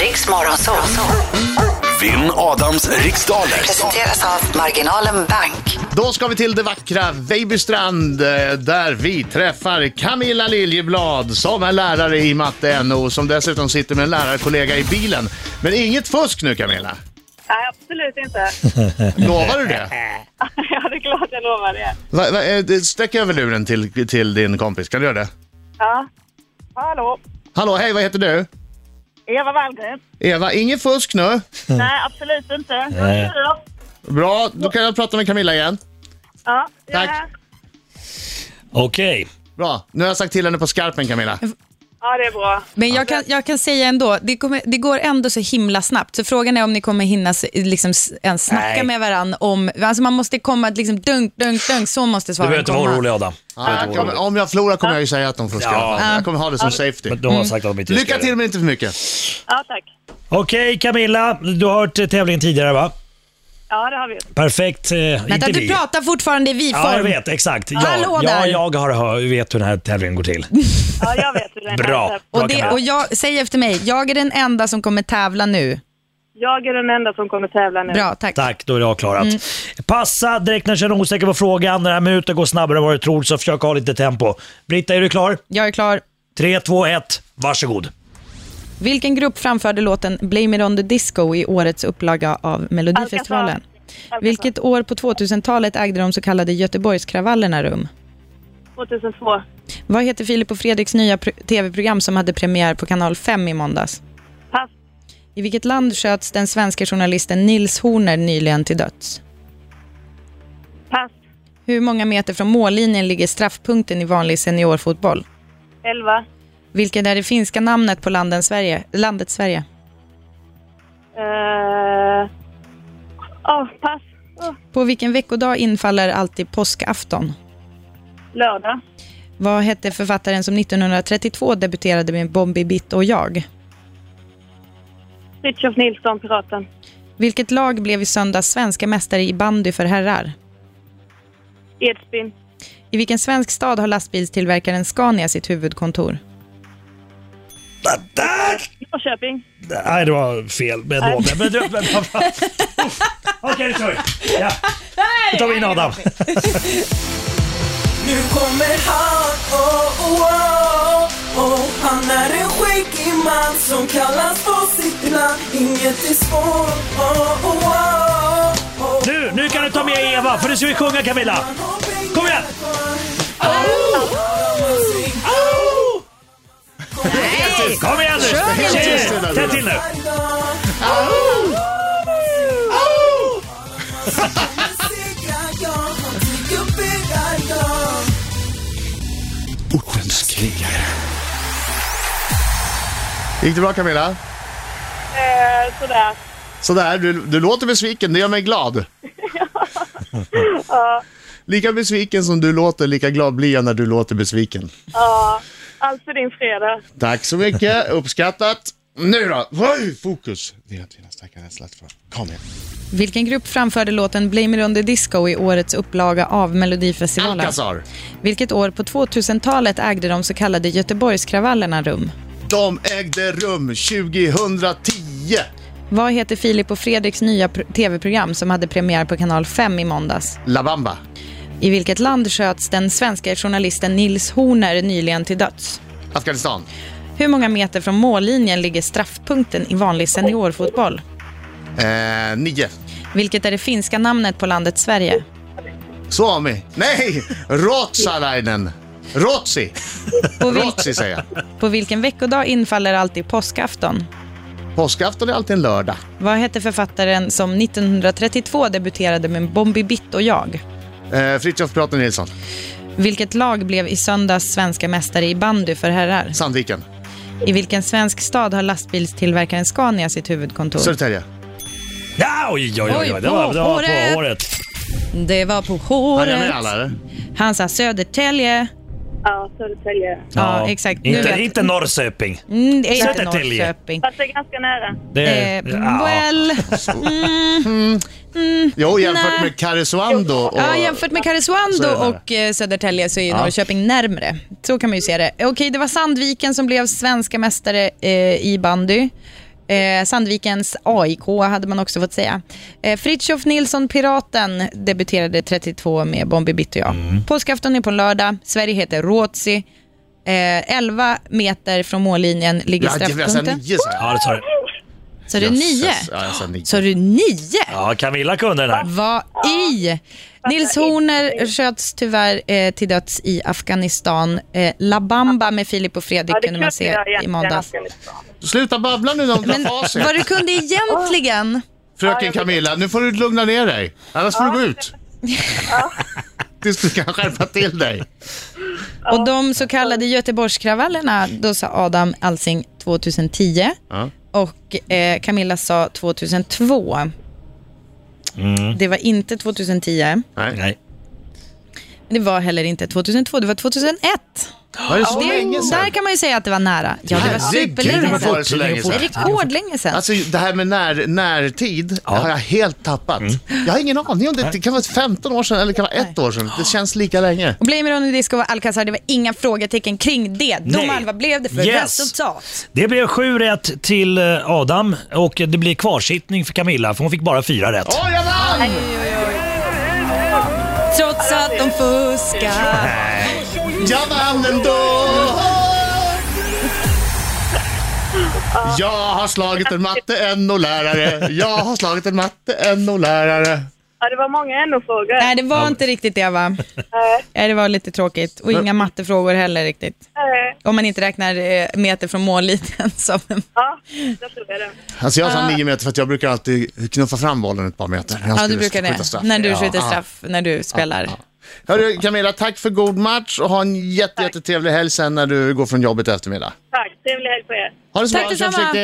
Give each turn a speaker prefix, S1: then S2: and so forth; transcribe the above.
S1: Riks Morgonzoo.
S2: Vinn Adams riksdaler.
S1: Presenteras av Marginalen Bank.
S3: Då ska vi till det vackra Vejbystrand eh, där vi träffar Camilla Liljeblad som är lärare i matte NO som dessutom sitter med en lärarkollega i bilen. Men inget fusk nu Camilla,
S4: Nej, absolut inte.
S3: lovar du det?
S4: ja, det är klart jag lovar det.
S3: Va, va, eh, det- sträck över luren till, till din kompis, kan du göra det?
S4: Ja. Hallå,
S3: Hallå, hej vad heter du?
S4: Eva Wallgren.
S3: Eva, inget fusk nu.
S4: Nej, absolut inte.
S5: Nej.
S4: Ja,
S3: Bra, då kan jag prata med Camilla igen.
S4: ja.
S3: Tack.
S5: Okej.
S3: Bra, nu har jag sagt till henne på skarpen Camilla.
S5: Äh,
S4: Ja, det är bra.
S6: Men jag kan, jag kan säga ändå, det, kommer, det går ändå så himla snabbt. Så frågan är om ni kommer hinna s- liksom, s- ens snacka
S5: Nej.
S6: med varandra om... Alltså man måste komma liksom dunk, dunk, dunk. Så måste
S5: Du
S6: svaren
S5: behöver inte vara
S6: komma.
S5: orolig Adam.
S3: Ja, jag kommer, Äh, om jag förlorar kommer jag ju säga att de fuskar.
S5: Ja.
S3: Jag kommer ha det som safety.
S5: Men de har sagt att de inte
S3: Lycka
S5: ska
S3: till
S5: det.
S3: men inte för mycket.
S4: Ja, tack.
S5: Okej Camilla, du har hört eh, tävlingen tidigare va?
S4: Ja, det har vi gjort.
S5: Perfekt. Eh,
S6: Vänta,
S5: inte
S6: du
S5: vi.
S6: pratar fortfarande i vi-form.
S5: Ja, jag vet. Exakt. Ja,
S6: Hallå
S5: ja,
S6: där.
S5: jag har hört, vet hur den här tävlingen går till.
S4: Ja, jag vet hur det är.
S5: Bra.
S6: Och,
S5: Bra,
S6: det,
S5: Camilla.
S6: och jag, säg efter mig, jag är den enda som kommer tävla nu.
S4: Jag är den enda som kommer tävla nu.
S6: Bra, tack.
S5: Tack, då är det avklarat.
S6: Mm.
S5: Passa direkt när du känner dig osäker på frågan. Den här minuten går snabbare än vad du tror, så försök ha lite tempo. Britta, är du klar?
S6: Jag är klar.
S5: 3, 2, 1, varsågod.
S6: Vilken grupp framförde låten Blame It On The Disco i årets upplaga av Melodifestivalen?
S4: Alcazar.
S6: Vilket år på 2000-talet ägde de så kallade Göteborgskravallerna rum?
S4: 2002.
S6: Vad heter Filip och Fredriks nya pr- tv-program som hade premiär på kanal 5 i måndags?
S4: Pass.
S6: I vilket land sköts den svenska journalisten Nils Horner nyligen till döds?
S4: Pass.
S6: Hur många meter från mållinjen ligger straffpunkten i vanlig seniorfotboll?
S4: 11.
S6: Vilket är det finska namnet på landet Sverige? Landet Sverige?
S4: Eh, åh, pass. Åh,
S6: På vilken veckodag infaller alltid påskafton?
S4: lördag.
S6: Vad hette författaren som 1932 debuterade med Bombi Bitt och jag?
S4: Fritiof Nilsson, Piraten.
S6: Vilket lag blev i söndags svenska mästare i bandy för herrar?
S4: Edsbyn.
S6: I vilken svensk stad har lastbilstillverkaren Scania sitt huvudkontor?
S5: Där, där!
S4: Norrköping.
S5: Nej, det var fel. Men då. Men, men, du- men, Uff. Okej, det kör vi. Ja. Då tar vi in Adam.
S7: Nu kommer han, oh, oh, oh, oh. Han är en skäggig man som kallas på sitt land Inget är svårt, oh, oh, oh, oh.
S5: Nu, nu kan du ta med Eva, för nu ska vi sjunga Camilla.
S7: Han har pengar
S5: Kom igen!
S7: kvar.
S5: Kom igen nu!
S6: Kör,
S3: Elisabeth.
S5: Tät till nu.
S2: Ortens krigare.
S3: Gick det bra Camilla?
S4: Eh, sådär.
S3: Sådär, du, du låter besviken, det gör mig glad. Lika besviken som du låter, lika glad blir jag när du låter besviken.
S4: Ja, allt för din fredag.
S3: Tack så mycket, uppskattat. Nu då, Oj, fokus. Det är att dina stackare slatt för. Kom igen.
S6: Vilken grupp framförde låten Blame It On The Disco i årets upplaga av Melodifestivalen?
S3: Alcazar.
S6: Vilket år på 2000-talet ägde de så kallade Göteborgskravallerna rum?
S3: De ägde rum 2010.
S6: Vad heter Filip och Fredriks nya pr- tv-program som hade premiär på kanal 5 i måndags?
S3: La Bamba.
S6: I vilket land sköts den svenska journalisten Nils Horner nyligen till döds?
S3: Afghanistan.
S6: Hur många meter från mållinjen ligger straffpunkten i vanlig seniorfotboll?
S3: Eh, nio.
S6: Vilket är det finska namnet på landet Sverige?
S3: Suomi. Nej! Rotsalainen. Rotsi.
S6: På, vil-
S3: Rotsi säger jag.
S6: på vilken veckodag infaller alltid påskafton?
S3: Påskafton är alltid en lördag.
S6: Vad hette författaren som 1932 debuterade med Bombi Bitt och jag?
S3: Eh, Fritiof Prater Nilsson.
S6: Vilket lag blev i söndags svenska mästare i bandy för herrar?
S3: Sandviken.
S6: I vilken svensk stad har lastbilstillverkaren Scania sitt huvudkontor?
S3: Södertälje.
S5: Ja, oj, oj, oj.
S6: Oj,
S5: oj. Det var,
S6: på
S5: det var
S6: håret.
S5: på håret.
S6: Det var på
S3: Han är med alla,
S6: håret.
S3: eller?
S6: Han sa Södertälje.
S4: Ja, Södertälje.
S6: Ja, exakt. Nu
S5: Inte,
S6: vet-
S5: inte Norrköping.
S6: Mm, det är inte
S5: Södertälje.
S6: Norrköping.
S4: Fast det är ganska nära.
S5: Det,
S6: Eh,
S5: ja.
S6: well,
S3: Jo, jämfört
S6: Nej.
S3: med Karesuando och...
S6: ja, jämfört med Karesuando
S3: Så är det.
S6: och eh, Södertälje så är ju Norrköping närmre. Så kan man ju se det. Okej, det var Sandviken som blev svenska mästare eh, i bandy. Eh, Sandvikens AIK hade man också fått säga. Eh, Fritiof Nilsson, Piraten, debuterade 32 med Bombi Bitt och jag.
S3: Mm.
S6: Påskafton är på lördag, Sverige heter Ruotsi. Eh, 11 meter från mållinjen ligger
S3: Ja, jag sa
S6: straffpunkten.
S3: nio, sa jag.
S5: Ja, det sa du.
S6: Så du nio?
S3: Jösses, Ja, jag sa nio.
S6: Så du nio?
S5: Ja, Camilla kunde den här.
S6: Vad i? Nils Horner sköts tyvärr eh, till döds i Afghanistan. Eh, La Bamba med Filip och Fredrik
S4: Ja, det
S6: kunde man
S4: kunde
S6: se
S4: jag
S6: i
S4: egentligen
S6: måndags.
S4: Afghanistan.
S3: Sluta babbla nu om
S6: Men
S3: den facit.
S6: vad du kunde egentligen.
S3: Fröken Camilla, nu får du lugna ner dig. Annars får du gå ut. Tills du kan skärpa till dig.
S6: Och de så kallade Göteborgskravallerna, då sa Adam Alsing 2010
S3: Ja.
S6: och eh, Camilla sa 2002.
S3: Mm.
S6: Det var inte 2010.
S3: Nej.
S5: Nej.
S6: Det var heller inte 2002, det var 2001.
S3: Var det så
S6: Det,
S3: länge sedan?
S6: där kan man ju säga att det var nära. Ja, det var
S3: Herregud,
S6: superlänge
S3: vad
S6: sedan.
S3: var det så länge
S6: Det
S3: sedan?
S6: är Rekordlänge sedan.
S3: Alltså det här med när, närtid har jag helt tappat. Jag har ingen aning om det, det kan vara 15 år sedan eller det kan vara ett år sedan. Det känns lika länge.
S6: Och Blamer on Disco och Alcazar, det var inga frågetecken kring det. Domaren, vad blev det för
S5: Yes.
S6: resultat?
S5: Det blev sju rätt till eh, Adam och det blir kvarsittning för Camilla för hon fick bara fyra rätt.
S3: Åh, jag vann!
S6: Trots att de fuskar.
S3: Jag vann ändå! Jag har slagit en matte NO-lärare. Jag har slagit en matte NO-lärare.
S4: Ja, det var många NO-frågor.
S6: Nej, det var inte riktigt det va? Nej, det var lite tråkigt. Och inga mattefrågor heller riktigt.
S4: Nej,
S6: Om man inte räknar eh, meter från mållinjen som en...
S4: Ja, jag tror det.
S3: Alltså jag sa nio meter för att jag brukar alltid knuffa fram bollen ett par meter. när jag
S6: Ah. Ja, du
S3: skulle
S6: brukar
S3: skjuta straff.
S6: det. När du
S3: Ja. Ah.
S6: skjuter
S3: Ja.
S6: straff, när du spelar.
S3: Hörru, Camilla, tack för god match och ha en jätte, jättetrevlig helg sen när du går från jobbet i eftermiddag.
S4: Tack, trevlig helg på er.
S3: Ha det så
S6: Tack
S3: bra, kör
S6: detsamma.
S3: försiktigt.